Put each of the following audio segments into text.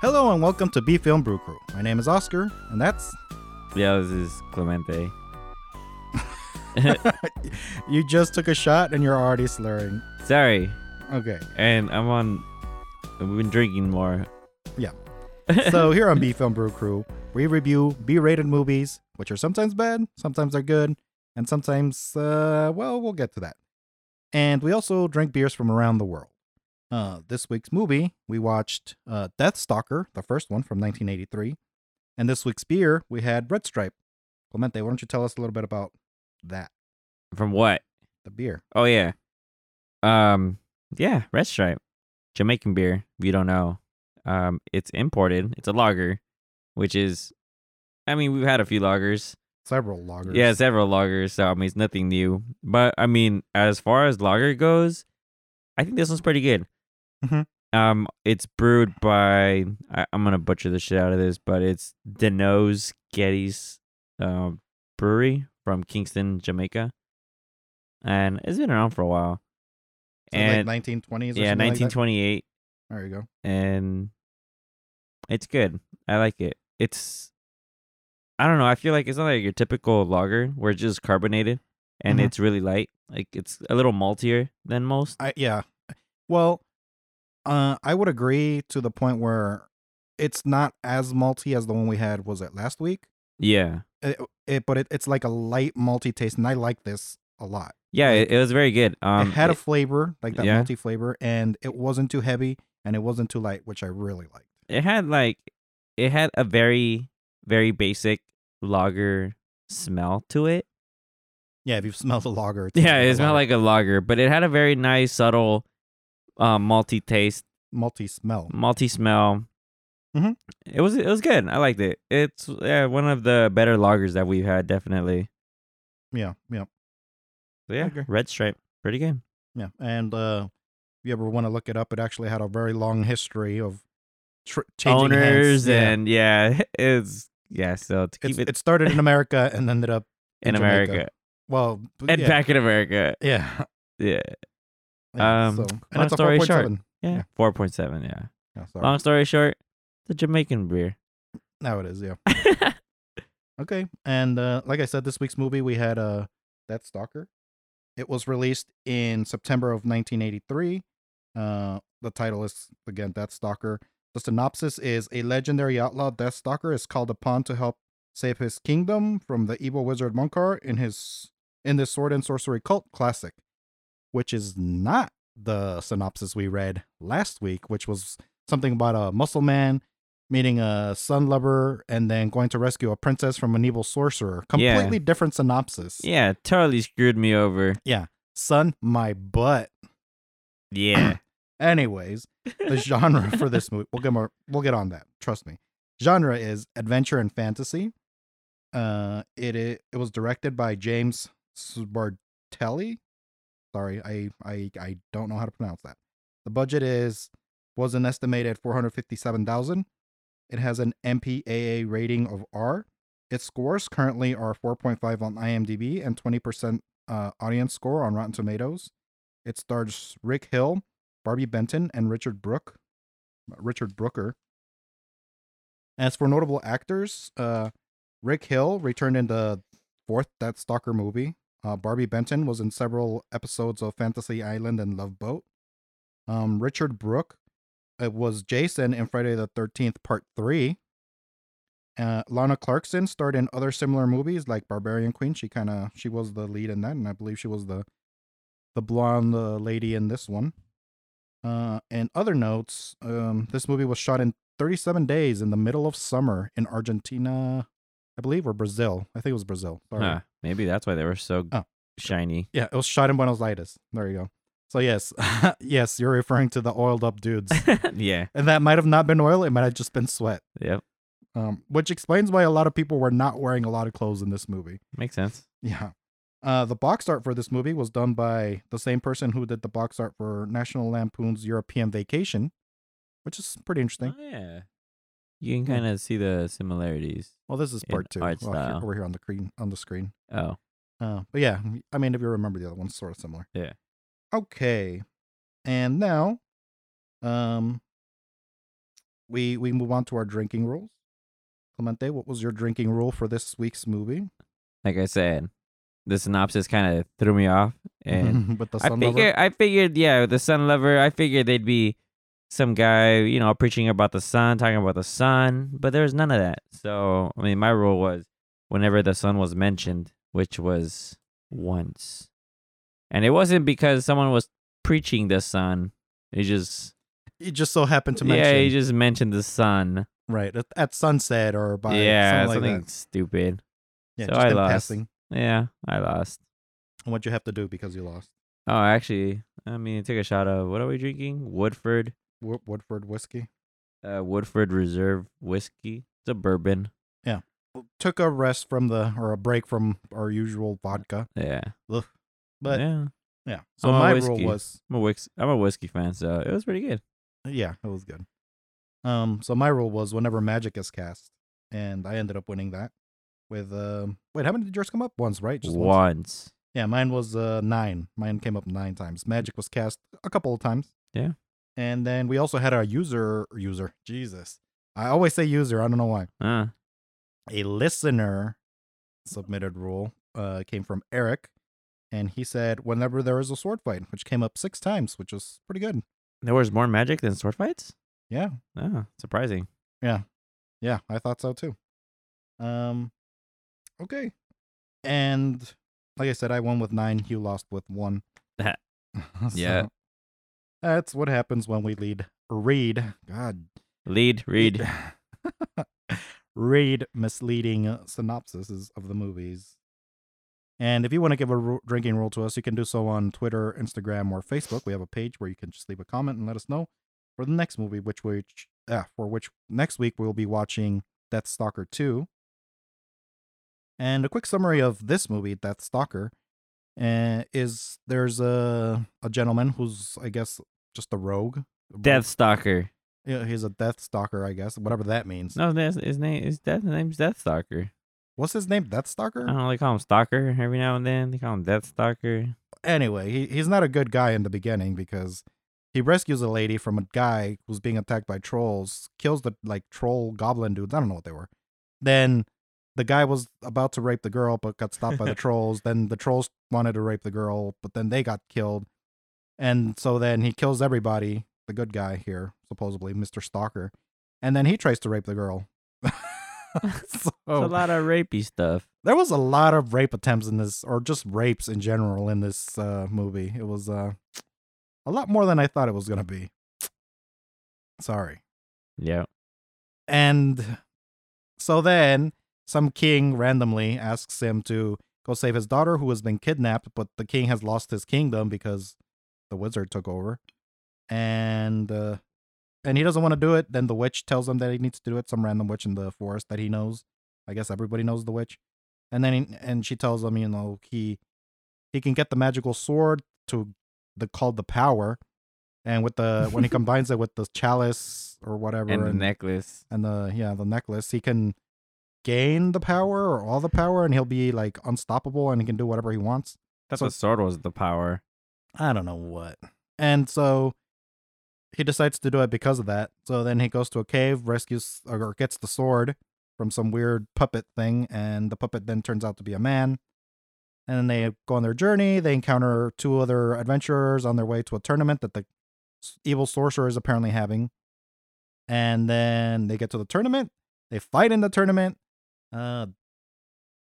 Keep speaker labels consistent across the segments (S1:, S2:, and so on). S1: Hello and welcome to B Film Brew Crew. My name is Oscar, and that's
S2: Yeah, this is Clemente.
S1: you just took a shot and you're already slurring.
S2: Sorry,
S1: Okay.
S2: and I'm on. We've been drinking more.
S1: so here on B Film Brew Crew, we review B-rated movies, which are sometimes bad, sometimes they're good, and sometimes, uh, well, we'll get to that. And we also drink beers from around the world. Uh, this week's movie, we watched uh, Death Stalker, the first one from 1983, and this week's beer we had Red Stripe. Clemente, why don't you tell us a little bit about that,
S2: From what?
S1: the beer?
S2: Oh yeah. Um. Yeah, Red Stripe, Jamaican beer. If you don't know, um, it's imported. It's a lager, which is, I mean, we've had a few lagers.
S1: Several lagers.
S2: Yeah, several lagers. So I mean, it's nothing new. But I mean, as far as lager goes, I think this one's pretty good.
S1: Mhm.
S2: Um, it's brewed by I, I'm gonna butcher the shit out of this, but it's Deno's Getty's uh, brewery from Kingston, Jamaica, and it's been around for a while.
S1: So
S2: and
S1: like 1920s. Or
S2: yeah,
S1: something like that?
S2: 1928
S1: there you go.
S2: and it's good. I like it. It's I don't know. I feel like it's not like your typical lager where it's just carbonated and
S1: Mhm.
S2: it's really light. Like it's a little maltier than most.
S1: I yeah. Well, uh, I would agree to the point where it's not as malty as the one we had. Was it last week?
S2: Yeah,
S1: It, it but it, it's like a light malty taste, and I like this a lot.
S2: yeah. It, it was very good. Um,
S1: it had a
S2: it-
S1: flavor, like that
S2: yeah.
S1: malty flavor, and it wasn't too heavy and it wasn't too light, which I really liked.
S2: it had like it had a very very basic lager smell to it.
S1: Yeah, if you've smelled the lager, it's
S2: Yeah, it
S1: it's
S2: smelled like a lager, but it had a very nice subtle uh, malty taste
S1: malty smell.
S2: malty smell.
S1: Mhm.
S2: It was it was good. I liked it. It's yeah, one of the better loggers that we've had, definitely.
S1: Yeah, yeah,
S2: So yeah,
S1: agree.
S2: red stripe, pretty good.
S1: yeah. And uh, if you ever want to look it up, it actually had a very long history of tr- changing
S2: Owners
S1: hands.
S2: and
S1: Yeah.
S2: yeah. it's yeah. So to
S1: It's,
S2: keep
S1: it,
S2: it,
S1: started in America and ended up
S2: in
S1: Jamaica.
S2: America
S1: well b-
S2: and
S1: yeah,
S2: back in America,
S1: yeah,
S2: yeah,
S1: yeah,
S2: Um,
S1: so, and
S2: long
S1: it's a
S2: story
S1: four point
S2: short.
S1: seven.
S2: yeah,
S1: Yeah.
S2: four point seven, yeah.
S1: Yeah, sorry.
S2: Long story short, the Jamaican beer.
S1: now it is, yeah. Okay, and uh, like I said, this week's movie we had uh, that stalker. It was released in September of 1983. Uh, the title is again Death Stalker. The synopsis is a legendary outlaw Death Stalker is called upon to help save his kingdom from the evil wizard Munkar in his in this sword and sorcery cult classic, which is not the synopsis we read last week, which was something about a muscle man meeting a sun lover and then going to rescue a princess from an evil sorcerer.
S2: Yeah.
S1: Completely different synopsis.
S2: yeah, totally screwed me over.
S1: Son, my butt.
S2: Yeah,
S1: Anyways, the genre for this movie. We'll get more. We'll get on that. Trust me. Genre is adventure and fantasy. Uh, it it, it was directed by James Sbartelli. Sorry, I I I don't know how to pronounce that. The budget is was an estimated four hundred fifty seven thousand. It has an MPAA rating of R. Its scores currently are four point five on IMDb and twenty percent uh, audience score on Rotten Tomatoes. It stars Rick Hill, Barbie Benton and Richard Brook, Richard Brooker. As for notable actors, uh, Rick Hill returned in the fourth That Stalker movie. Uh, Barbie Benton was in several episodes of Fantasy Island and Love Boat. Um, Richard Brook uh, was Jason in Friday the 13th, Part 3. Uh, Lana Clarkson starred in other similar movies like Barbarian Queen. She kind of she was the lead in that, and I believe she was the the blonde uh, lady in this one. Uh, and other notes, um, this movie was shot in 37 days in the middle of summer in Argentina, I believe, or Brazil. I think it was Brazil. Sorry.
S2: Huh, maybe that's why they were so
S1: Oh.
S2: shiny.
S1: Yeah, it was shot in Buenos Aires. There you go. So yes, yes, you're referring to the oiled up dudes,
S2: yeah,
S1: and that might have not been oil. It might have just been sweat,
S2: yep,
S1: um, which explains why a lot of people were not wearing a lot of clothes in this movie.
S2: makes sense.
S1: Yeah. Uh, the box art for this movie was done by the same person who did the box art for National Lampoon's European Vacation, which is pretty interesting.
S2: Oh, yeah. You can
S1: Hmm.
S2: kind of see the similarities.
S1: Well, this is
S2: In
S1: part two.
S2: art
S1: Well, here-
S2: style.
S1: over here on the screen. On the screen.
S2: Oh,
S1: Uh, but yeah, I mean, if you remember the other one's sort of similar.
S2: Yeah.
S1: Okay, and now, um, we we move on to our drinking rules. Clemente, what was your drinking rule for this week's movie?
S2: Like I said, the synopsis kind of threw me off, and
S1: With Mm-hmm. the
S2: Eh, I
S1: sun
S2: figured,
S1: lover?
S2: I figured, yeah, the sun lover. I figured they'd be some guy, you know, preaching about the sun, talking about the sun, but there was none of that. So, I mean, my rule was whenever the sun was mentioned, which was once, and it wasn't because someone was preaching the sun. It just,
S1: It just so happened to mention
S2: yeah, he just mentioned the sun.
S1: right at, at sunset or by
S2: yeah,
S1: something,
S2: something
S1: like that.
S2: stupid.
S1: Yeah,
S2: so
S1: just
S2: I
S1: in
S2: lost.
S1: passing.
S2: Yeah, I lost.
S1: And what you have to do because you lost
S2: Oh, actually, I mean, take a shot of what are we drinking? Woodford,
S1: Wo- Woodford whiskey.
S2: uh, Woodford Reserve whiskey. It's a bourbon.
S1: Took a rest from the or a break from our usual vodka,
S2: Yeah,
S1: but yeah.
S2: yeah,
S1: So
S2: I'm a
S1: my
S2: whiskey.
S1: rule was
S2: I'm a whiskey. I'm a whiskey fan, so it was pretty good.
S1: Yeah, it was good. Um, so my rule was whenever magic is cast, and I ended up winning that. With um, wait, how many did yours come up? Once, right?
S2: Once.
S1: once. Yeah, mine was uh nine. Mine came up nine times. Magic was cast a couple of times.
S2: Yeah.
S1: And then we also had our user user Jesus. I always say user. I don't know why.
S2: Uh,
S1: A listener submitted rule uh came from Eric, and he said whenever there is a sword fight, which came up six times, which is pretty good.
S2: there was more magic than sword fights.
S1: Yeah.
S2: Oh, surprising.
S1: Yeah, I thought so too. Um, okay. And like I said, I won with nine. You lost with one.
S2: Yeah.
S1: So, that's what happens when we lead. Read, God,
S2: Lead, read.
S1: read misleading uh, synopsises of the movies. And if you want to give a ru- drinking rule to us, you can do so on Twitter, Instagram, or Facebook. We have a page where you can just leave a comment and let us know for the next movie, which which uh, for which next week we'll be watching Death Stalker Two. And a quick summary of this movie, Death Stalker, uh, is there's a a gentleman who's I guess just a rogue.
S2: Death Stalker.
S1: Yeah, he's a death stalker, I guess. Whatever that means.
S2: No, that's, his name is Death. His name's Death Stalker.
S1: What's his name? Death
S2: I
S1: stalker?
S2: don't know. They call him Stalker every now and then. They call him Death Stalker.
S1: Anyway, he, he's not a good guy in the beginning because he rescues a lady from a guy who's being attacked by trolls, kills the like troll goblin dudes. I don't know what they were. Then the guy was about to rape the girl but got stopped by the trolls. Then the trolls wanted to rape the girl, but then they got killed. And so then he kills everybody, the good guy here, supposedly, Mr. Stalker. And then he tries to rape the girl. Oh.
S2: It's a lot of rapey stuff.
S1: there was a lot of rape attempts in this or just rapes in general in this uh movie it was uh a lot more than i thought it was gonna be sorry
S2: Yeah.
S1: and so then some king randomly asks him to go save his daughter who has been kidnapped but the king has lost his kingdom because the wizard took over and uh and he doesn't want to do it then the witch tells him that he needs to do it some random witch in the forest that he knows i guess everybody knows the witch and then he, and she tells him you know he he can get the magical sword to the called the power and with the when he combines it with the chalice or whatever
S2: And the
S1: and-
S2: necklace.
S1: and the yeah the necklace he can gain the power or all the power and he'll be like unstoppable and he can do whatever he wants
S2: That's
S1: So-
S2: what sword was the power.
S1: i don't know what and so he decides to do it because of that so then he goes to a cave rescues or gets the sword from some weird puppet thing and the puppet then turns out to be a man and then they go on their journey they encounter two other adventurers on their way to a tournament that the s- evil sorcerer is apparently having. And then they get to the tournament. They fight in the tournament. Uh,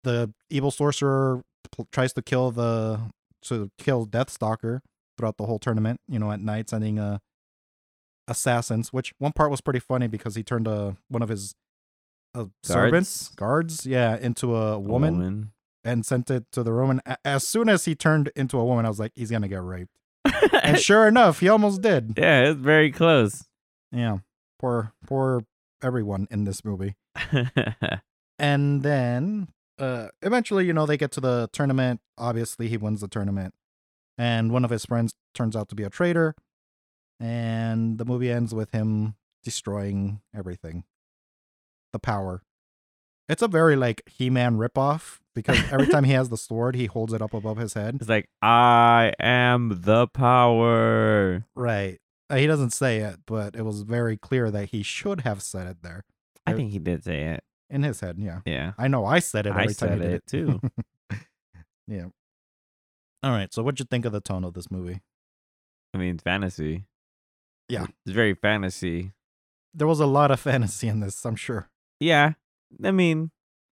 S1: the evil sorcerer pl- tries to kill the to kill Deathstalker throughout the whole tournament. You know, at night sending uh, assassins. Which one part was pretty funny because he turned uh, one of his uh, servants guards, yeah, into a
S2: A
S1: woman, and sent it to the room. And a- as soon as he turned into a woman, I was like, he's gonna get raped. And sure enough, he almost did.
S2: yeah, it's very close.
S1: Yeah. Poor poor everyone in this movie. And then uh eventually, you know, they get to the tournament. Obviously, he wins the tournament. And one of his friends turns out to be a traitor. And the movie ends with him destroying everything. The power. It's a very like He-Man ripoff because every time he has the sword, he holds it up above his head.
S2: It's like I am the power.
S1: Right. Uh, He doesn't say it, but it was very clear that he should have said it there
S2: I
S1: Uh,
S2: think he did say it.
S1: in his head. Yeah,
S2: Yeah.
S1: I know. I said it
S2: I
S1: every time
S2: said
S1: he did
S2: it too.
S1: yeah. All right. So, what'd you think of the tone of this movie?
S2: I mean, fantasy.
S1: Yeah.
S2: It's very fantasy.
S1: There was a lot of fantasy in this, I'm sure.
S2: Yeah. I mean,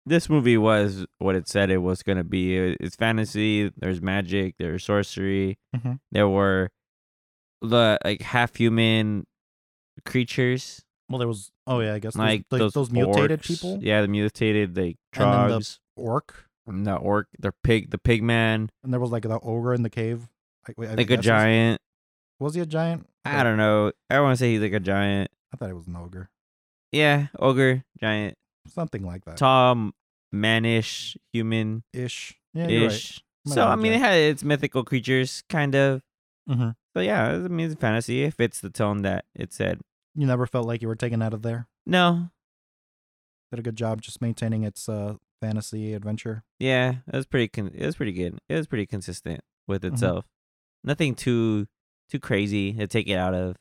S2: this movie was what it said it was going to be. It- It's fantasy. There's magic. There's sorcery.
S1: Mhm.
S2: There were the like half human creatures,
S1: Well, there was. Oh yeah, I guess those-
S2: like
S1: like
S2: those,
S1: those, mutated
S2: orcs.
S1: people.
S2: Yeah, the mutated like
S1: And then the-
S2: trogs.
S1: Orc,
S2: And the orc, the pig, the pig man,
S1: and there was like the ogre in the cave. I, I
S2: like
S1: guess
S2: a
S1: it was-
S2: giant.
S1: Was he a giant?
S2: I don't know. I want to say he's like a giant.
S1: I thought it was an ogre.
S2: Yeah, ogre, giant,
S1: Something like that.
S2: tall, manish, human
S1: Ish. Yeah, you're right.
S2: ish.
S1: Might
S2: So
S1: have
S2: I
S1: been
S2: mean, it
S1: giant.
S2: had its mythical creatures, kind of.
S1: Mhm.
S2: So yeah, I mean, it's fantasy. It fits the tone that it said.
S1: You never felt like you were taken out of there.
S2: No,
S1: Did a good job just maintaining its uh, fantasy adventure.
S2: yeah, it was pretty. Con- it was pretty good. It was pretty consistent with
S1: Mhm.
S2: itself. Nothing too too crazy to take it out of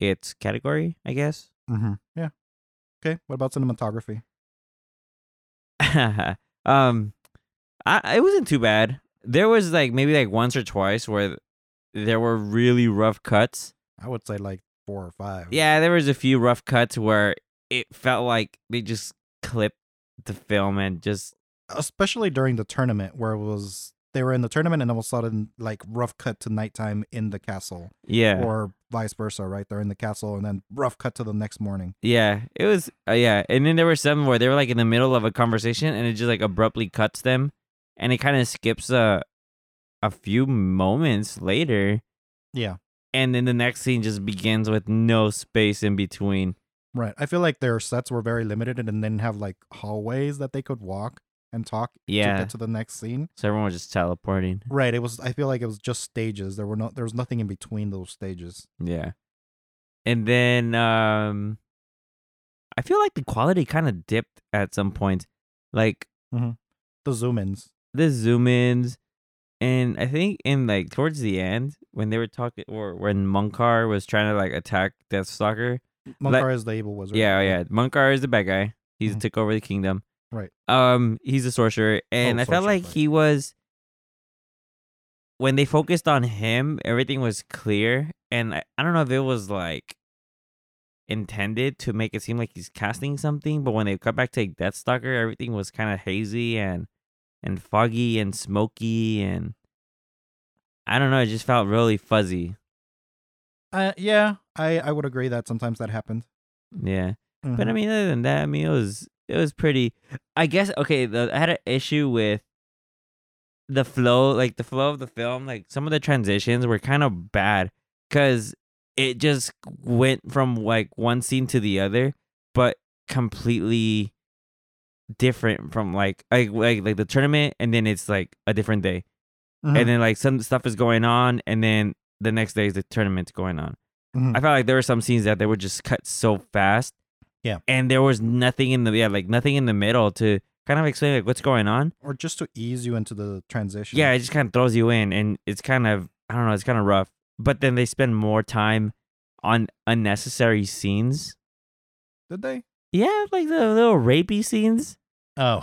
S2: its category, I guess.
S1: Mm-hmm. Yeah. Okay. What about cinematography?
S2: um, I it wasn't too bad. There was like maybe like once or twice where th- there were really rough cuts.
S1: I would say like four or five.
S2: Yeah, there was a few rough cuts where it felt like they just clipped the film and just
S1: Especially during the tournament where it was they were in the tournament and all of a sudden like rough cut to nighttime in the castle.
S2: yeah
S1: Or vice versa, right? They're in the castle and then rough cut to the next morning.
S2: yeah it was uh, yeah and then there were some where they were like in the middle of a conversation and it just like abruptly cuts them and it kind of skips a a few moments later
S1: Yeah.
S2: and then the next scene just begins with no space in between
S1: Right. I feel like their sets were very limited and didn't have like hallways that they could walk and talk to
S2: Yeah.
S1: get to the next scene.
S2: so everyone was just teleporting
S1: Right. It was I feel like it was just stages. There were no there was nothing in between those stages.
S2: Yeah. And then um I feel like the quality kind of dipped at some point. Like
S1: The zoom ins.
S2: the zoom ins and I think in like towards the end when they were talking or when Munkar was trying to like attack Deathstalker. Like-
S1: Monkar is the evil wizard.
S2: Yeah, yeah. Munkar is the bad guy. He's
S1: Mhm.
S2: took over the kingdom.
S1: Right.
S2: Um he's a sorcerer and
S1: Oh,
S2: I felt
S1: sorcerer,
S2: like
S1: right.
S2: he was when they focused on him, everything was clear and I, I don't know if it was like intended to make it seem like he's casting something, but when they cut back to Deathstalker, everything was kind of hazy and and foggy and smoky and I don't know, it just felt really fuzzy.
S1: Uh, yeah, I, I would agree that sometimes that happened.
S2: Yeah. But I mean, other than that, I mean, it was it was pretty. I guess okay. The, I had an issue with the flow, like the flow of the film. Like some of the transitions were kind of bad because it just went from like one scene to the other, but completely different from like like like, like the tournament, and then it's like a different day,
S1: Mhm.
S2: Mm-hmm. and then like some stuff is going on, and then the next day is the tournament's going on.
S1: Mhm.
S2: I felt like there were some scenes that they were just cut so fast.
S1: Yeah.
S2: And there was nothing in the yeah, like nothing in the middle to kind of explain like what's going on.
S1: or just to ease you into the transition.
S2: Yeah, it just kind of throws you in and it's kind of I don't know, it's kind of rough. But then they spend more time on unnecessary scenes.
S1: Did they?
S2: Yeah, like the little rapey scenes.
S1: Oh.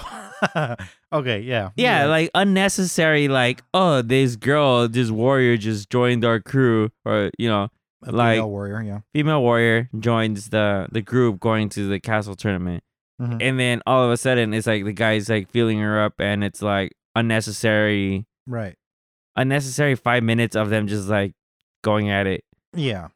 S1: okay. Yeah.
S2: Yeah,
S1: you're right.
S2: like unnecessary like, oh, this girl, this warrior just joined our crew or you know,
S1: A female
S2: like-
S1: warrior. Yeah.
S2: female warrior joins the the group going to the castle tournament
S1: Mhm.
S2: and then all of a sudden it's like the guy's like feeling her up and it's like unnecessary
S1: Right.
S2: unnecessary five minutes of them just like going at it
S1: Yeah.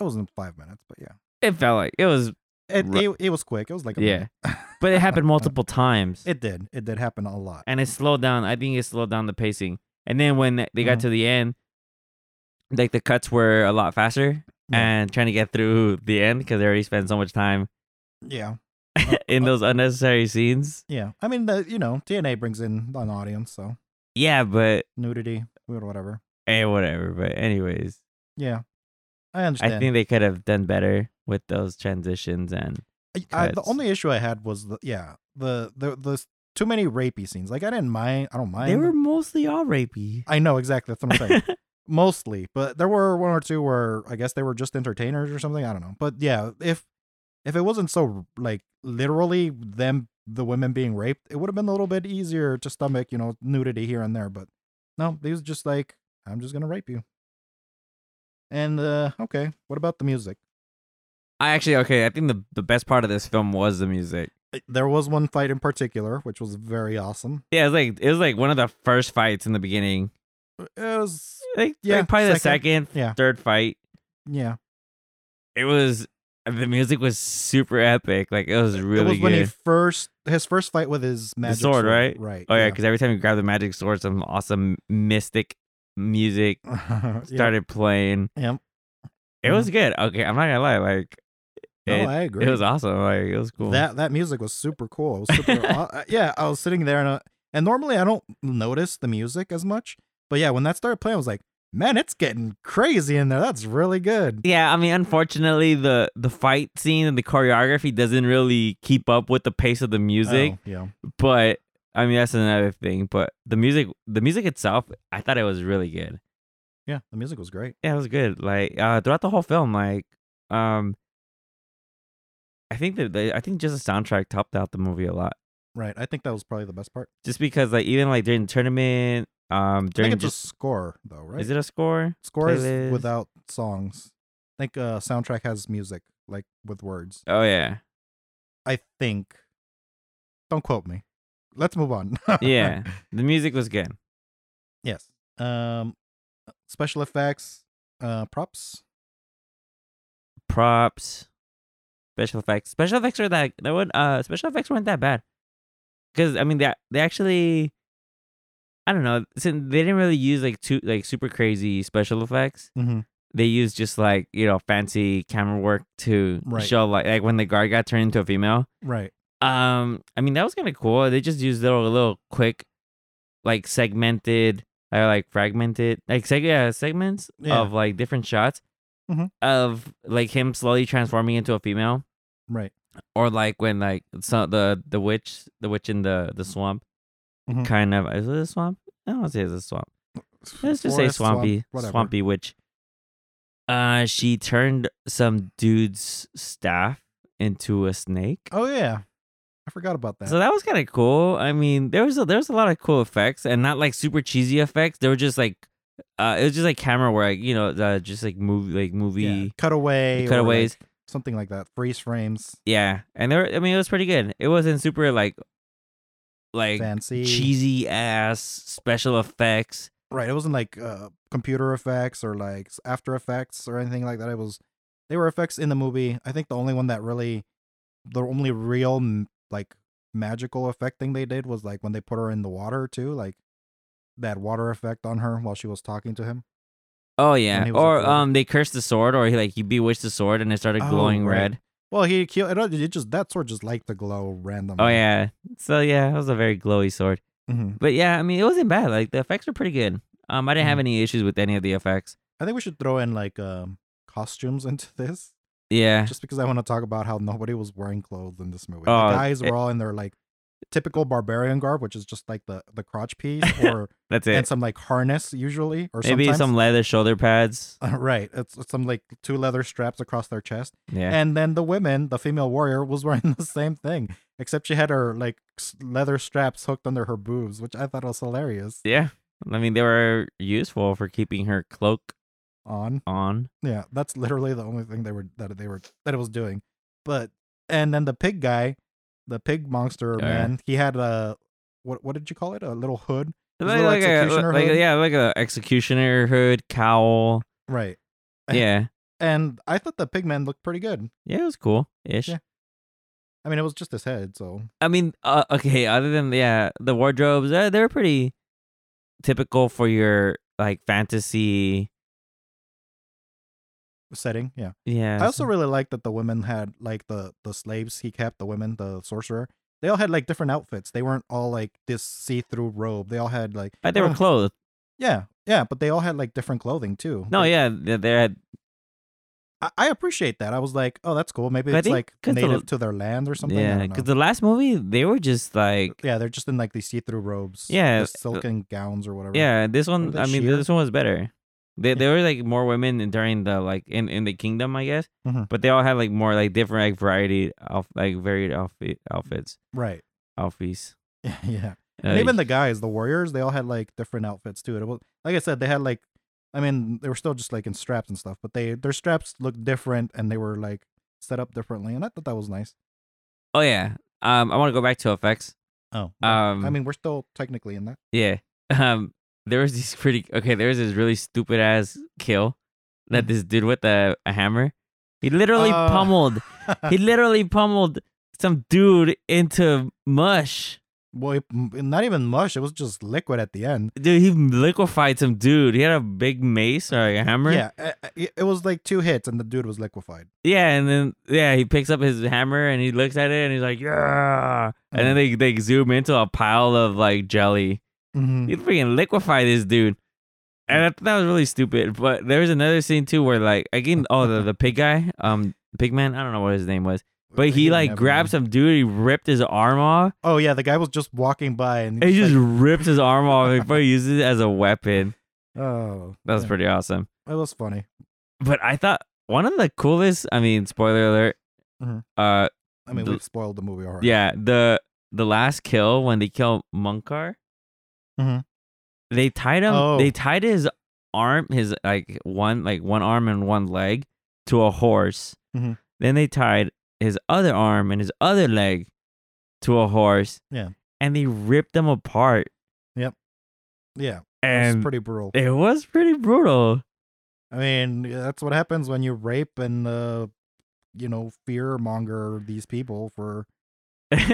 S1: It wasn't five minutes, but yeah.
S2: it felt like it was
S1: It
S2: Ru-
S1: it, it was quick. It was like a
S2: yeah
S1: minute.
S2: but it happened multiple times
S1: it did. It did happen a lot.
S2: and it slowed down i think it slowed down the pacing and then when they got
S1: Mhm.
S2: to the end like the cuts were a lot faster
S1: Yeah.
S2: and trying to get through the end because they already spent so much time
S1: Yeah.
S2: in
S1: uh,
S2: those unnecessary scenes
S1: Yeah. I mean, the, you know, TNA brings in an audience, so
S2: yeah but
S1: nudity, whatever.
S2: Eh, whatever. But anyways,
S1: Yeah. I
S2: I
S1: understand.
S2: think they could have done better with those transitions and
S1: I- I, the
S2: cuts.
S1: only issue I had was the yeah the the the s- too many rapey scenes. Like I didn't mind. I don't mind.
S2: they were mostly all rapey.
S1: I know exactly. That's what I'm saying. mostly, but there were one or two where I guess they were just entertainers or something. I don't know, but yeah, if if it wasn't so like literally them the women being raped, it would have been a little bit easier to stomach, you know, nudity here and there. But no, these just like I'm just gonna rape you. And uh okay, what about the music?
S2: I actually okay. I think the the best part of this film was the music.
S1: Eh, There was one fight in particular which was very awesome.
S2: Yeah, it was like it was like one of the first fights in the beginning.
S1: It was
S2: Like,
S1: Yeah,
S2: like probably
S1: second.
S2: the second,
S1: Yeah.
S2: third fight.
S1: yeah.
S2: It was the music was super epic. Like it was
S1: it
S2: really
S1: was
S2: good.
S1: when he first his first fight with his magic
S2: sword, right?
S1: Right.
S2: oh yeah, because every time you grab the magic sword, some awesome mystic music
S1: yeah.
S2: started playing.
S1: Yep.
S2: It was good. Okay, I'm not gonna lie. Like
S1: No,
S2: it,
S1: I agree.
S2: it was awesome. Like it was cool.
S1: That that music was super cool. It was super. uh, yeah, I was sitting there and uh, and normally I don't notice the music as much, but yeah, when that started playing, I was like, man, it's getting crazy in there. That's really good.
S2: Yeah, I mean, unfortunately, the the fight scene and the choreography doesn't really keep up with the pace of the music.
S1: Oh, yeah,
S2: But I mean, that's another thing. But the music, the music itself, I thought it was really good.
S1: yeah, the music was great.
S2: Yeah, it was good. Like uh, throughout the whole film, like um, I think that the, I think just the soundtrack topped out the movie a lot.
S1: Right, I think that was probably the best part.
S2: Just because, like, even like during the tournament, um,
S1: I
S2: during
S1: think it's
S2: just
S1: a score though, right?
S2: is it a score?
S1: score is
S2: playlist?
S1: without songs. I think uh, soundtrack has music like with words.
S2: Oh yeah,
S1: I think. Don't quote me. Let's move on.
S2: yeah. the music was good.
S1: Yes. Um, special effects, uh, props.
S2: props, special effects. Special effects were that that would uh special effects weren't that bad, because I mean they they actually, I don't know, since they didn't really use like too like super crazy special effects.
S1: Mm-hmm.
S2: They used just like you know fancy camera work to
S1: Right.
S2: show like like when the guard got turned into a female.
S1: Right.
S2: Um, I mean that was kind of cool. They just used little little quick, like segmented or like fragmented like seg- yeah, segments
S1: Yeah.
S2: of like different shots
S1: Mhm.
S2: of like him slowly transforming into a female,
S1: Right.
S2: or like when like so the the witch the witch in the the swamp,
S1: Mhm.
S2: kind of is it a swamp? I don't want to say it's a swamp. Let's just say
S1: Forest, swamp,
S2: swampy
S1: whatever.
S2: swampy witch. Uh, she turned some dude's staff into a snake.
S1: Oh yeah, I forgot about that.
S2: So that was kind of cool. I mean, there was a, there was a lot of cool effects, and not like super cheesy effects. They were just like, uh, it was just like camera work, you know, uh, just like movie, like
S1: yeah.
S2: movie
S1: cutaway, or, like,
S2: cutaways.
S1: something like that. Freeze frames,
S2: yeah, and there, I mean, it was pretty good. It wasn't super like, like
S1: fancy.
S2: cheesy ass special effects.
S1: Right. It wasn't like uh, computer effects or like s- After Effects or anything like that. It was they were effects in the movie. I think the only one that really, the only real m- like magical effect thing they did was like when they put her in the water too, like that water effect on her while she was talking to him.
S2: Oh
S1: And
S2: yeah,
S1: he was a
S2: or
S1: dwarf.
S2: um, they cursed the sword, or he like he bewitched the sword, and it started
S1: Oh,
S2: glowing
S1: right.
S2: red.
S1: Well, he killed it. it just that sword just liked to glow randomly.
S2: Oh yeah, so yeah, it was a very glowy sword.
S1: hmm
S2: But yeah, I mean, it wasn't bad. Like the effects were pretty good. Um, I didn't have
S1: Mhm.
S2: any issues with any of the effects.
S1: I think we should throw in like um, costumes into this,
S2: Yeah.
S1: just because I want to talk about how nobody was wearing clothes in this movie.
S2: Oh,
S1: the guys
S2: it-
S1: were all in their like typical barbarian garb, which is just like the the crotch piece or
S2: That's
S1: and
S2: it.
S1: some like harness usually, or
S2: Maybe
S1: sometimes, Uh,
S2: some leather shoulder pads.
S1: right, it's, it's some like two leather straps across their chest.
S2: Yeah.
S1: And then the women, the female warrior, was wearing the same thing, except she had her like s- leather straps hooked under her boobs, which I thought was hilarious.
S2: yeah. I mean, they were useful for keeping her cloak
S1: On
S2: on.
S1: Yeah, that's literally the only thing they were that they were that it was doing. But and then the pig guy, the pig monster
S2: Oh, yeah.
S1: man, he had a what what did you call it? A little hood. His
S2: Like,
S1: little
S2: like a,
S1: executioner
S2: like-
S1: hood?
S2: yeah, like a executioner hood, cowl.
S1: Right. Eh.
S2: Yeah.
S1: And I thought the pig man looked pretty good.
S2: Yeah, it was cool ish.
S1: Yeah. I mean, it was just his head, so
S2: I mean, uh, okay, other than, yeah, the wardrobes, uh, they're pretty typical for your, like, fantasy.
S1: setting, yeah.
S2: Yeah.
S1: I also really liked that the women had like the the slaves he kept, the women, the sorcerer. They all had like different outfits. They weren't all like this see-through robe. They all had like oh,
S2: But they were clothed.
S1: yeah, yeah, but they all had like different clothing too.
S2: No,
S1: Like,
S2: yeah, they, they had
S1: I, I appreciate that. I was like, oh, that's cool. Maybe
S2: But I
S1: it's
S2: think
S1: like
S2: 'cause the-
S1: native to their land or something. I
S2: yeah.
S1: don't know.
S2: Because the last movie, they were just like
S1: yeah, they're just in like these see-through robes.
S2: Yeah,
S1: the
S2: uh,
S1: silken gowns or whatever.
S2: Yeah, this
S1: Or
S2: one.
S1: the
S2: I mean,
S1: sheer.
S2: this one was better. They there were like more women during the like in, in the kingdom, I guess.
S1: Mhm.
S2: But they all had like more like different like variety of like varied outfit outfits
S1: Right.
S2: outfits.
S1: yeah.
S2: Uh,
S1: And even the guys, the warriors, they all had like different outfits too. It was, like I said, they had like, I mean, they were still just like in straps and stuff, but they their straps looked different and they were like set up differently, and I thought that was nice.
S2: oh yeah. Um, I want to go back to effects.
S1: Oh,
S2: Um,
S1: I mean, we're still technically in that.
S2: Yeah. Um, there was this pretty okay. There was this really stupid ass kill
S1: Mm-hmm.
S2: that this dude with a, a hammer. He literally
S1: Uh,
S2: pummeled. He literally pummeled some dude into mush.
S1: well, it, not even mush; it was just liquid at the end.
S2: Dude, he liquefied some dude. He had a big mace or like a hammer.
S1: Yeah, uh, uh, it, it was like two hits, and the dude was liquefied.
S2: Yeah, and then yeah, he picks up his hammer and he looks at it and he's like, yeah. And then
S1: Mm.
S2: they they zoom into a pile of like jelly.
S1: Mhm.
S2: You freaking liquefy this dude. And I thought that was really stupid. But there was another scene too where like again, oh the, the pig guy, um pig man, I don't know what his name was. But he
S1: didn't
S2: like
S1: have
S2: grabbed some dude, he ripped his arm off.
S1: any. Oh yeah, the guy was just walking by, and
S2: And he
S1: he's
S2: just ripped his arm off and he uses it as a weapon.
S1: like, oh,
S2: That was
S1: yeah.
S2: pretty awesome.
S1: It was funny.
S2: But I thought one of the coolest I mean, spoiler alert.
S1: Mhm.
S2: Uh
S1: I mean,
S2: The-
S1: we've spoiled the movie already.
S2: yeah, the the last kill when they kill Munkar.
S1: Mhm.
S2: They tied him
S1: Oh.
S2: they tied his arm his like one like one arm and one leg to a horse.
S1: Mhm.
S2: Then they tied his other arm and his other leg to a horse.
S1: Yeah.
S2: And they ripped them apart.
S1: yeah, it was
S2: And
S1: pretty brutal.
S2: it was pretty brutal.
S1: I mean, yeah, that's what happens when you rape and uh, you know, fear monger these people for.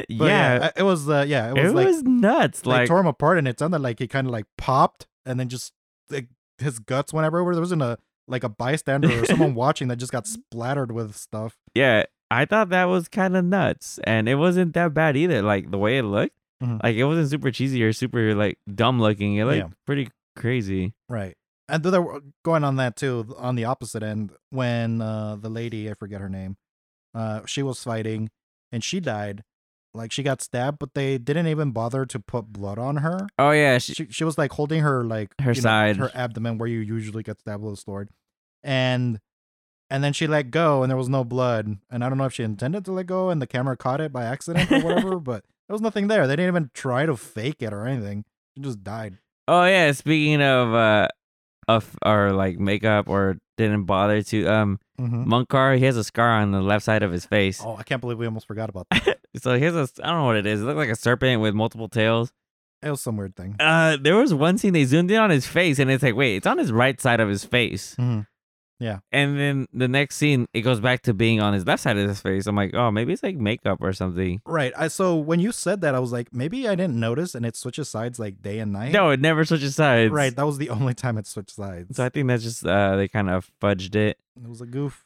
S2: yeah,
S1: But I- it was. Uh, yeah, it was
S2: It
S1: like
S2: was nuts.
S1: they
S2: Like
S1: tore him apart, and it sounded like he kind of like popped, and then just like his guts went everywhere. There wasn't a like a bystander or someone watching that just got splattered with stuff.
S2: yeah, I thought that was kind of nuts, and it wasn't that bad either. Like the way it looked,
S1: Mhm.
S2: like it wasn't super cheesy or super like dumb looking. It looked
S1: Yeah.
S2: pretty crazy.
S1: Right. And though they were going on that too, on the opposite end, when uh, the lady, I forget her name, uh, she was fighting and she died. Like she got stabbed, but they didn't even bother to put blood on her.
S2: Oh yeah, she,
S1: She, she was like holding her like
S2: Her side.
S1: her abdomen where you usually get stabbed with a sword, and and then she let go and there was no blood. And I don't know if she intended to let go and the camera caught it by accident or whatever, but there was nothing there. They didn't even try to fake it or anything. She just died.
S2: oh yeah. Speaking of uh, of or like makeup or didn't bother to um
S1: hmm
S2: Munkar, he has a scar on the left side of his face.
S1: Oh, I can't believe we almost forgot about that.
S2: So he has a I don't know what it is. It looked like a serpent with multiple tails.
S1: It was some weird thing.
S2: Uh, there was one scene they zoomed in on his face, and it's like wait, it's on his right side of his face.
S1: Mhm.
S2: And then the next scene, it goes back to being on his left side of his face. I'm like, oh, maybe it's like makeup or something.
S1: Right. I so when you said that, I was like, maybe I didn't notice, and it switches sides like day and night.
S2: No, it never switches sides.
S1: Right. That was the only time it switched sides.
S2: So I think that's just uh, they kind of fudged it.
S1: it was a goof.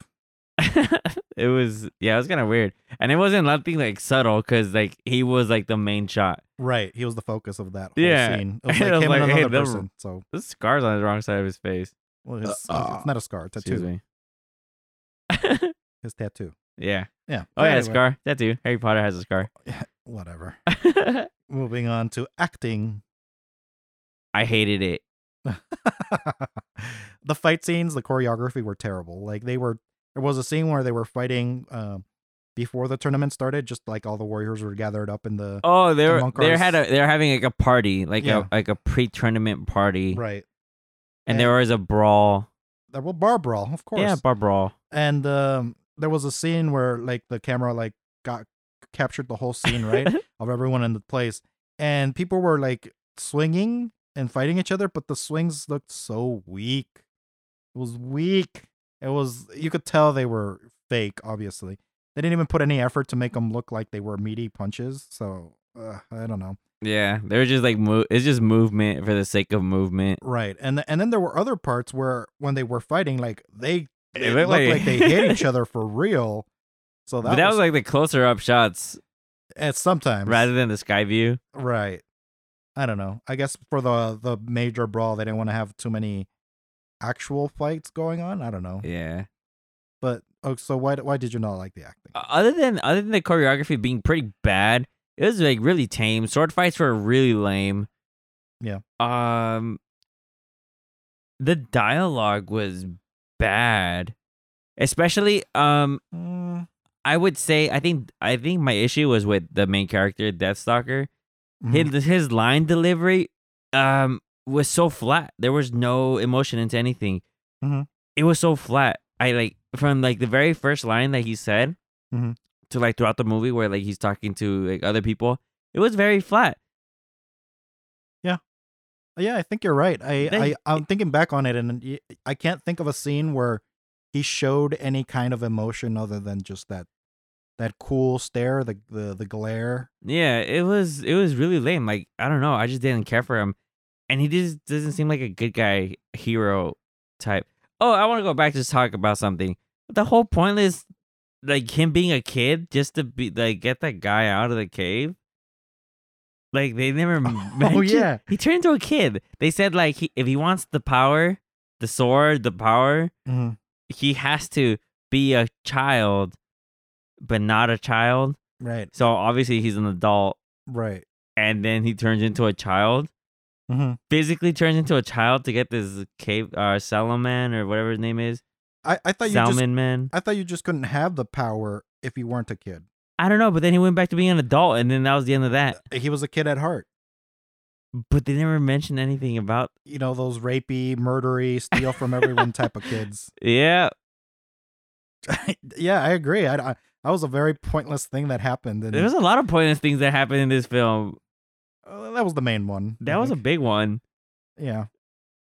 S2: it was yeah, it was kind of weird, and it wasn't nothing like subtle because like he was like the main shot.
S1: Right. He was the focus of that whole
S2: Yeah.
S1: scene. It was
S2: And
S1: like
S2: I was
S1: him
S2: like,
S1: and
S2: hey,
S1: another
S2: they're-
S1: person. So
S2: The scars on the wrong side of his face.
S1: well, his,
S2: Uh,
S1: it's not a scar, it's a
S2: Excuse
S1: tattoo.
S2: me.
S1: His tattoo.
S2: yeah.
S1: Yeah.
S2: Oh yeah,
S1: Anyway,
S2: scar tattoo. Harry Potter has a scar.
S1: Whatever. Moving on to acting.
S2: I hated it.
S1: the fight scenes, the choreography were terrible. Like they were, there was a scene where they were fighting um, before the tournament started. Just like all the warriors were gathered up in the
S2: Oh, they
S1: The
S2: were
S1: monk
S2: they
S1: arse.
S2: had a they're having like a party, like
S1: Yeah.
S2: a like a pre tournament party,
S1: right.
S2: and there was a brawl.
S1: There well, bar brawl, of course.
S2: Yeah, bar brawl.
S1: and um, there was a scene where like the camera like got captured the whole scene, right, of everyone in the place, and people were like swinging and fighting each other, but the swings looked so weak. It was weak. It was you could tell they were fake. Obviously, they didn't even put any effort to make them look like they were meaty punches. So uh, I don't know.
S2: Yeah, they were just like mo- it's just movement for the sake of movement.
S1: Right, and th- and then there were other parts where when they were fighting, like they
S2: It
S1: they
S2: looked
S1: looked
S2: like-
S1: like, they hit each other for real. So
S2: But
S1: that, was,
S2: like the closer up shots
S1: at sometimes
S2: rather than the sky view.
S1: right. I don't know. I guess for the the major brawl, they didn't want to have too many actual fights going on. I don't know.
S2: Yeah.
S1: But oh, so why why did you not like the acting?
S2: O- Other than other than the choreography being pretty bad, it was like really tame. Sword fights were really lame.
S1: Yeah.
S2: Um the dialogue was bad, especially um
S1: Mm,
S2: I would say I think I think my issue was with the main character Deathstalker.
S1: mhm.
S2: His his line delivery um was so flat. There was no emotion into anything.
S1: Mhm.
S2: It was so flat. I like from like the very first line that he said
S1: Mhm.
S2: to like throughout the movie where like he's talking to like other people. It was very flat.
S1: mm-hmm. Yeah, I think you're right. I,
S2: They-
S1: I I'm thinking back on it, and y- I can't think of a scene where he showed any kind of emotion other than just that that cool stare, the the the glare.
S2: Yeah, it was it was really lame. Like I don't know, I just didn't care for him, and he just doesn't seem like a good guy hero type. Oh, I want to go back to talk about something. The whole point is like him being a kid just to be like get that guy out of the cave. Like they never.
S1: Oh
S2: mentioned-
S1: yeah,
S2: he turned into a kid. They said like he, if he wants the power, the sword, the power,
S1: Mhm.
S2: Mm-hmm. he has to be a child, but not a child.
S1: right,
S2: So obviously he's an adult
S1: right.
S2: and then he turns into a child.
S1: hmm
S2: Physically turns into a child to get this cave uh Salaman or whatever his name is.
S1: I I thought you
S2: Salmon
S1: just
S2: man.
S1: I thought you just couldn't have the power if you weren't a kid.
S2: I don't know, but then he went back to being an adult and then that was the end of that.
S1: Uh, He was a kid at heart.
S2: But they never mentioned anything about
S1: You know those rapey, murdery, steal from everyone type of kids.
S2: Yeah.
S1: yeah, I agree. I, I that was a very pointless thing that happened, and
S2: There was a lot of pointless things that happened in this film.
S1: uh, that was the main one. I
S2: That was a
S1: think.
S2: big one.
S1: yeah.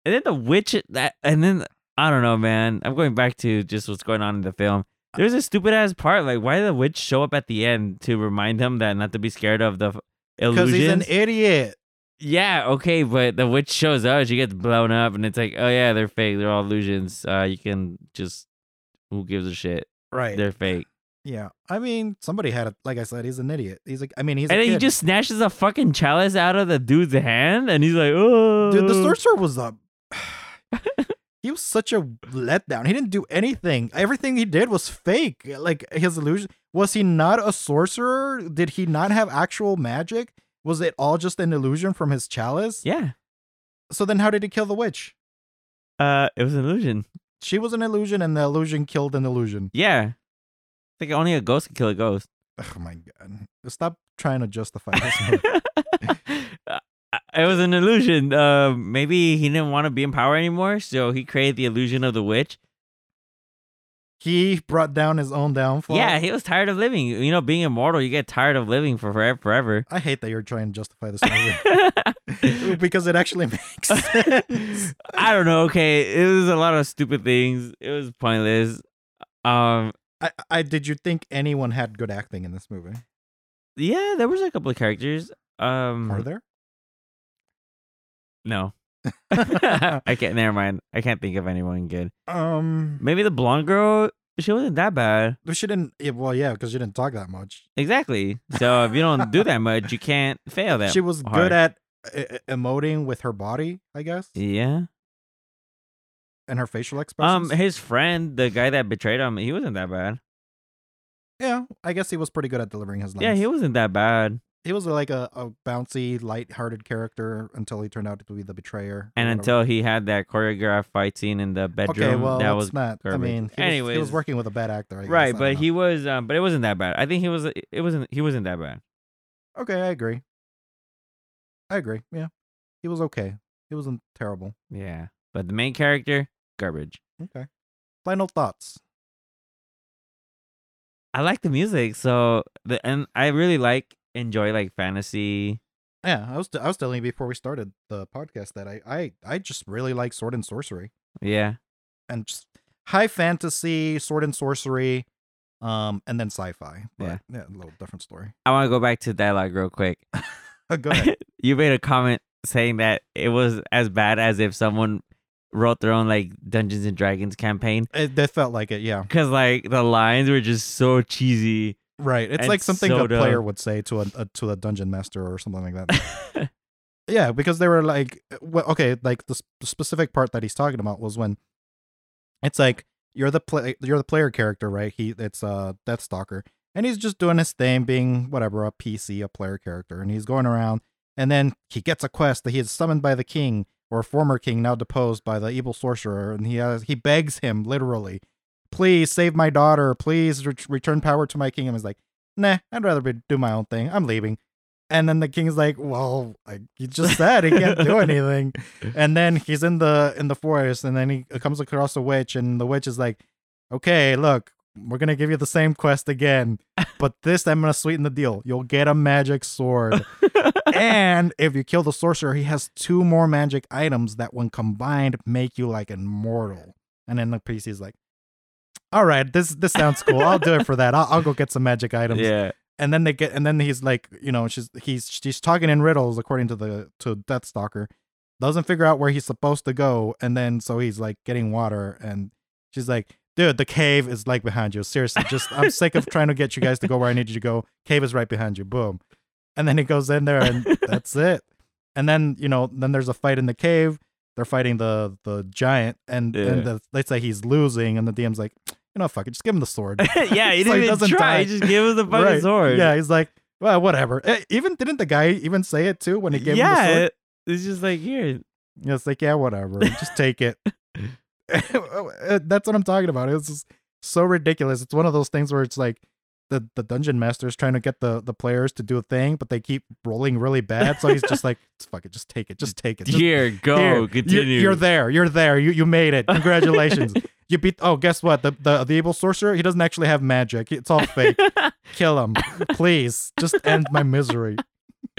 S2: And then the witch that and then I don't know, man. I'm going back to just what's going on in the film. There's a stupid ass part. Like, why did the witch show up at the end to remind him that not to be scared of the
S1: Because
S2: illusion?
S1: he's an idiot.
S2: Yeah, okay, but the witch shows up, she gets blown up, and it's like, oh yeah, they're fake, they're all illusions. Uh, you can just, who gives a shit?
S1: Right.
S2: They're fake.
S1: Yeah. I mean, somebody had a like I said, he's an idiot. He's like I mean he's
S2: and
S1: a
S2: then he
S1: kid.
S2: just snatches a fucking chalice out of the dude's hand, and he's like, oh,
S1: Dude, the sorcerer was a He was such a letdown. He didn't do anything. Everything he did was fake. Like his illusion was he not a sorcerer? Did he not have actual magic? Was it all just an illusion from his chalice?
S2: Yeah,
S1: So then how did he kill the witch?
S2: uh, it was an illusion.
S1: She was an illusion and the illusion killed an illusion.
S2: Yeah, like only a ghost can kill a ghost.
S1: Oh my god. Stop trying to justify this movie.
S2: Uh, it was an illusion. Uh, maybe he didn't want to be in power anymore, so he created the illusion of the witch.
S1: he brought down his own downfall.
S2: yeah, he was tired of living. You know, being immortal, you get tired of living for forever. forever.
S1: I hate that you're trying to justify this movie. because it actually makes sense.
S2: I don't know. Okay, it was a lot of stupid things. It was pointless. Um,
S1: I, I did you think anyone had good acting in this movie?
S2: yeah, there was a couple of characters. Um,
S1: Are there?
S2: no, I can't. Never mind. I can't think of anyone good.
S1: Um,
S2: Maybe the blonde girl. She wasn't that bad.
S1: but she didn't. yeah, Well, yeah, because she didn't talk that much.
S2: Exactly. So if you don't do that much, you can't fail that.
S1: She was
S2: hard.
S1: good at uh, emoting with her body, I guess,
S2: yeah.
S1: and her facial expressions.
S2: Um, his friend, the guy that betrayed him, he wasn't that bad.
S1: yeah, I guess he was pretty good at delivering his lines.
S2: Yeah, he wasn't that bad.
S1: he was like a, a bouncy, light-hearted character until he turned out to be the betrayer. or
S2: And
S1: whatever.
S2: until he had that choreographed fight scene in the bedroom,
S1: okay, well,
S2: that
S1: that's
S2: was
S1: not.
S2: garbage.
S1: I mean, he was, he was
S2: Anyways.
S1: working with a bad actor, I guess. I
S2: right.
S1: don't
S2: But
S1: know.
S2: he was, um, but it wasn't that bad. I think he was. It wasn't. He wasn't that bad.
S1: Okay, I agree. I agree. Yeah, he was okay. He wasn't terrible.
S2: Yeah. But the main character, garbage.
S1: Okay. Final thoughts.
S2: I like the music, so the and I really like enjoy like fantasy.
S1: Yeah, I was I was telling you before we started the podcast that I I I just really like sword and sorcery
S2: Yeah.
S1: and just high fantasy, sword and sorcery, um, and then sci-fi. But yeah,
S2: Yeah.
S1: a little different story.
S2: I want to go back to dialogue real quick.
S1: Uh, go ahead.
S2: you made a comment saying that it was as bad as if someone wrote their own like Dungeons and Dragons campaign
S1: it, that felt like it. Yeah,
S2: because like the lines were just so cheesy.
S1: right. It's
S2: And
S1: like something
S2: so
S1: a player
S2: dumb.
S1: would say to a, a to a dungeon master or something like that. Yeah, because they were like, well, okay, like the, sp- the specific part that he's talking about was when it's like you're the play, you're the player character, right? He it's uh Deathstalker, and he's just doing his thing, being whatever a PC, a player character, and he's going around, and then he gets a quest that he is summoned by the king, or former king now deposed by the evil sorcerer, and he has, he begs him literally, "Please save my daughter. Please ret- return power to my kingdom." He's like, "Nah, I'd rather be, do my own thing. I'm leaving." And then the king's like, "Well, like you just said, he can't do anything." And then he's in the in the forest, and then he comes across a witch, and the witch is like, "Okay, look." We're gonna give you the same quest again, but this I'm gonna sweeten the deal. You'll get a magic sword and if you kill the sorcerer, he has two more magic items that, when combined, make you like immortal. And then the PC is like, "All right, this this sounds cool. I'll do it for that. I'll, I'll go get some magic items."
S2: yeah.
S1: And then they get, and then he's like, you know, she's he's she's talking in riddles according to the to Deathstalker. Doesn't figure out where he's supposed to go, and then so he's like getting water, and she's like, "Dude, the cave is like behind you. Seriously, just I'm sick of trying to get you guys to go where I need you to go. Cave is right behind you. Boom." And then he goes in there, and that's it. And then you know, then there's a fight in the cave. They're fighting the the giant, and and
S2: Yeah.
S1: the, they say he's losing, and the DM's like, you know, fuck it, just give him the sword.
S2: yeah, he
S1: So
S2: didn't
S1: he
S2: even
S1: doesn't
S2: try. He
S1: die.
S2: just gave us the fucking
S1: Right.
S2: sword.
S1: Yeah, he's like, well, whatever. Eh, Even didn't the guy even say it too when he gave him the
S2: yeah.
S1: sword?
S2: it- it's just like here.
S1: Yeah, it's like, yeah, whatever. Just take it. Eh, That's what I'm talking about. It's just so ridiculous. It's one of those things where it's like the, the dungeon master's trying to get the, the players to do a thing, but they keep rolling really bad. So he's just like, fuck it, just take it, just take it. Just,
S2: Here, go,
S1: here, you-
S2: Oh, continue.
S1: You're there. You're there. You you made it. Congratulations. you beat. Oh, guess what? The, the the evil sorcerer. He doesn't actually have magic. It's all fake. Kill him, please. Just end my misery.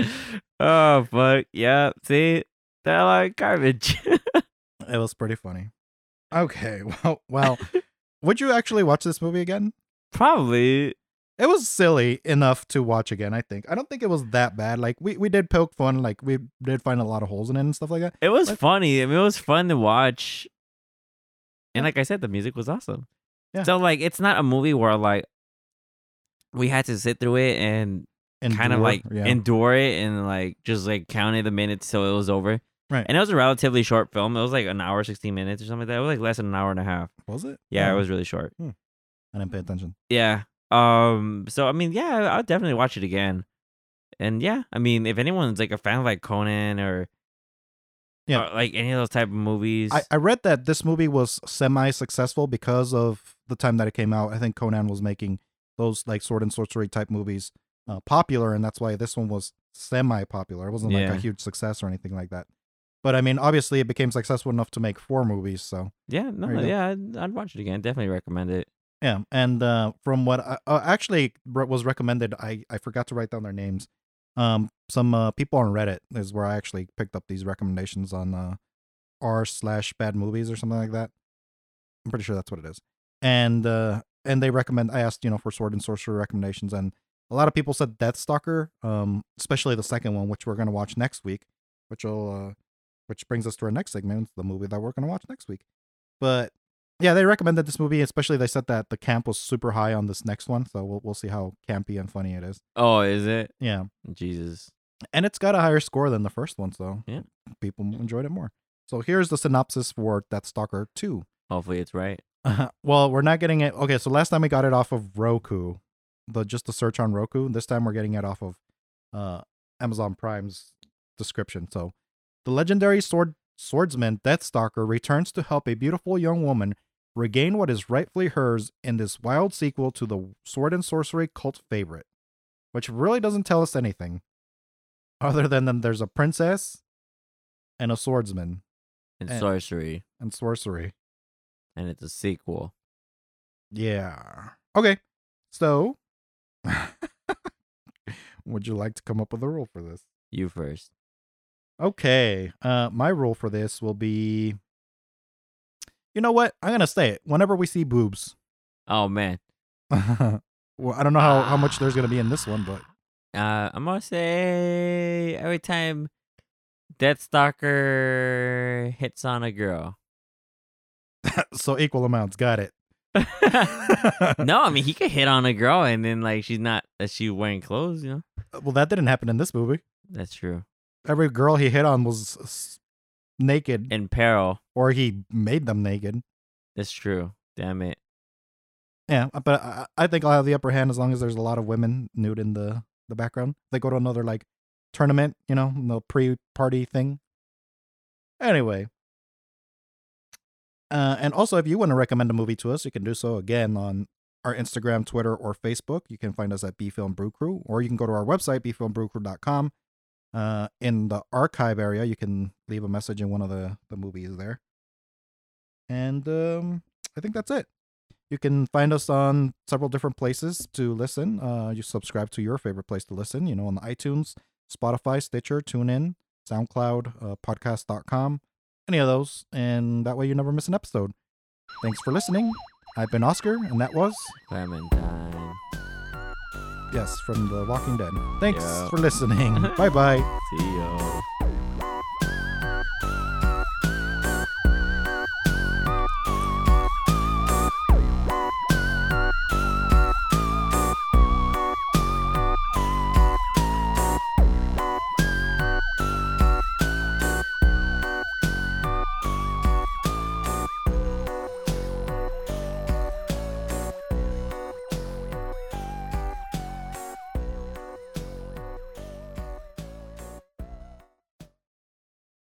S2: oh fuck. Yeah. See? They're like garbage.
S1: It was pretty funny. Okay. Well, well, would you actually watch this movie again?
S2: Probably.
S1: It was silly enough to watch again. I think. I don't think it was that bad. Like we we did poke fun. Like we did find a lot of holes in it and stuff like that.
S2: It was
S1: What?
S2: funny. I mean, it was fun to watch. And like I said, the music was awesome.
S1: Yeah.
S2: So like it's not a movie where like we had to sit through it and
S1: And
S2: kind of
S1: gore,
S2: like endure it and like just like counted the minutes till it was over.
S1: Right.
S2: And it was a relatively short film. It was like an hour, sixteen minutes or something like that. It was like less than an hour and a half.
S1: was it?
S2: Yeah,
S1: Oh,
S2: it was really short.
S1: I didn't pay attention.
S2: Yeah. Um. So I mean, yeah, I'll definitely watch it again. And yeah, I mean, if anyone's like a fan of like Conan or
S1: Yeah.
S2: or, like any of those type of movies,
S1: I, I read that this movie was semi-successful because of the time that it came out. I think Conan was making those like sword and sorcery type movies uh, popular, and that's why this one was semi-popular. It wasn't like
S2: Yeah.
S1: a huge success or anything like that. But I mean, obviously, it became successful enough to make four movies. So
S2: yeah, no,
S1: There you go.
S2: yeah, I'd, I'd watch it again. Definitely recommend it.
S1: yeah, and uh, from what I, uh, actually re- was recommended, I I forgot to write down their names. Um, some uh, people on Reddit is where I actually picked up these recommendations on uh, r slash bad movies or something like that. I'm pretty sure that's what it is. And uh, and they recommend. I asked you know for sword and sorcery recommendations, and a lot of people said Deathstalker, um, especially the second one, which we're gonna watch next week, which will uh, which brings us to our next segment, the movie that we're gonna watch next week. But yeah, they recommended this movie, especially they said that the camp was super high on this next one, so we'll we'll see how campy and funny it is.
S2: Oh, is it?
S1: Yeah,
S2: Jesus.
S1: and it's got a higher score than the first one, so
S2: Yeah.
S1: people enjoyed it more. So here's the synopsis for Deathstalker Two.
S2: Hopefully, it's right.
S1: Uh, well, we're not getting it. Okay, so last time we got it off of Roku, the just the search on Roku. This time we're getting it off of uh, Amazon Prime's description. So, the legendary sword swordsman Deathstalker returns to help a beautiful young woman regain what is rightfully hers in this wild sequel to the sword and sorcery cult favorite, which really doesn't tell us anything, other than that there's a princess and a swordsman
S2: And
S1: And-
S2: sorcery,
S1: and sorcery.
S2: and it's a sequel.
S1: Yeah. Okay. So, would you like to come up with a rule for this?
S2: You first.
S1: Okay. Uh, my rule for this will be. You know what? I'm gonna say it. Whenever we see boobs,
S2: Oh man.
S1: well, I don't know how, how much there's gonna be in this one, but
S2: Uh, I'm gonna say every time Deathstalker hits on a girl.
S1: so equal amounts. Got it.
S2: no, I mean he could hit on a girl and then like she's not uh, she wearing clothes, you know.
S1: Well, that didn't happen in this movie.
S2: That's true.
S1: Every girl he hit on was s- naked,
S2: In peril.
S1: or he made them naked.
S2: That's true. Damn it.
S1: Yeah, uh, but I, I think I'll have the upper hand as long as there's a lot of women nude in the the background. They go to another like tournament, you know, the pre party thing. Anyway. Uh, and also, if you want to recommend a movie to us, you can do so again on our Instagram, Twitter, or Facebook. You can find us at B Film Brew Crew, or you can go to our website, bfilmbrewcrew.com. Uh, in the archive area, you can leave a message in one of the, the movies there. And um, I think that's it. You can find us on several different places to listen. Uh, you subscribe to your favorite place to listen, you know, on iTunes, Spotify, Stitcher, TuneIn, SoundCloud, uh, podcast.com, any of those. And that way you never miss an episode. Thanks for listening. I've been Oscar, and that was,
S2: Clementine.
S1: yes, from The Walking Dead. Thanks
S2: Yeah.
S1: for listening. bye bye.
S2: See you.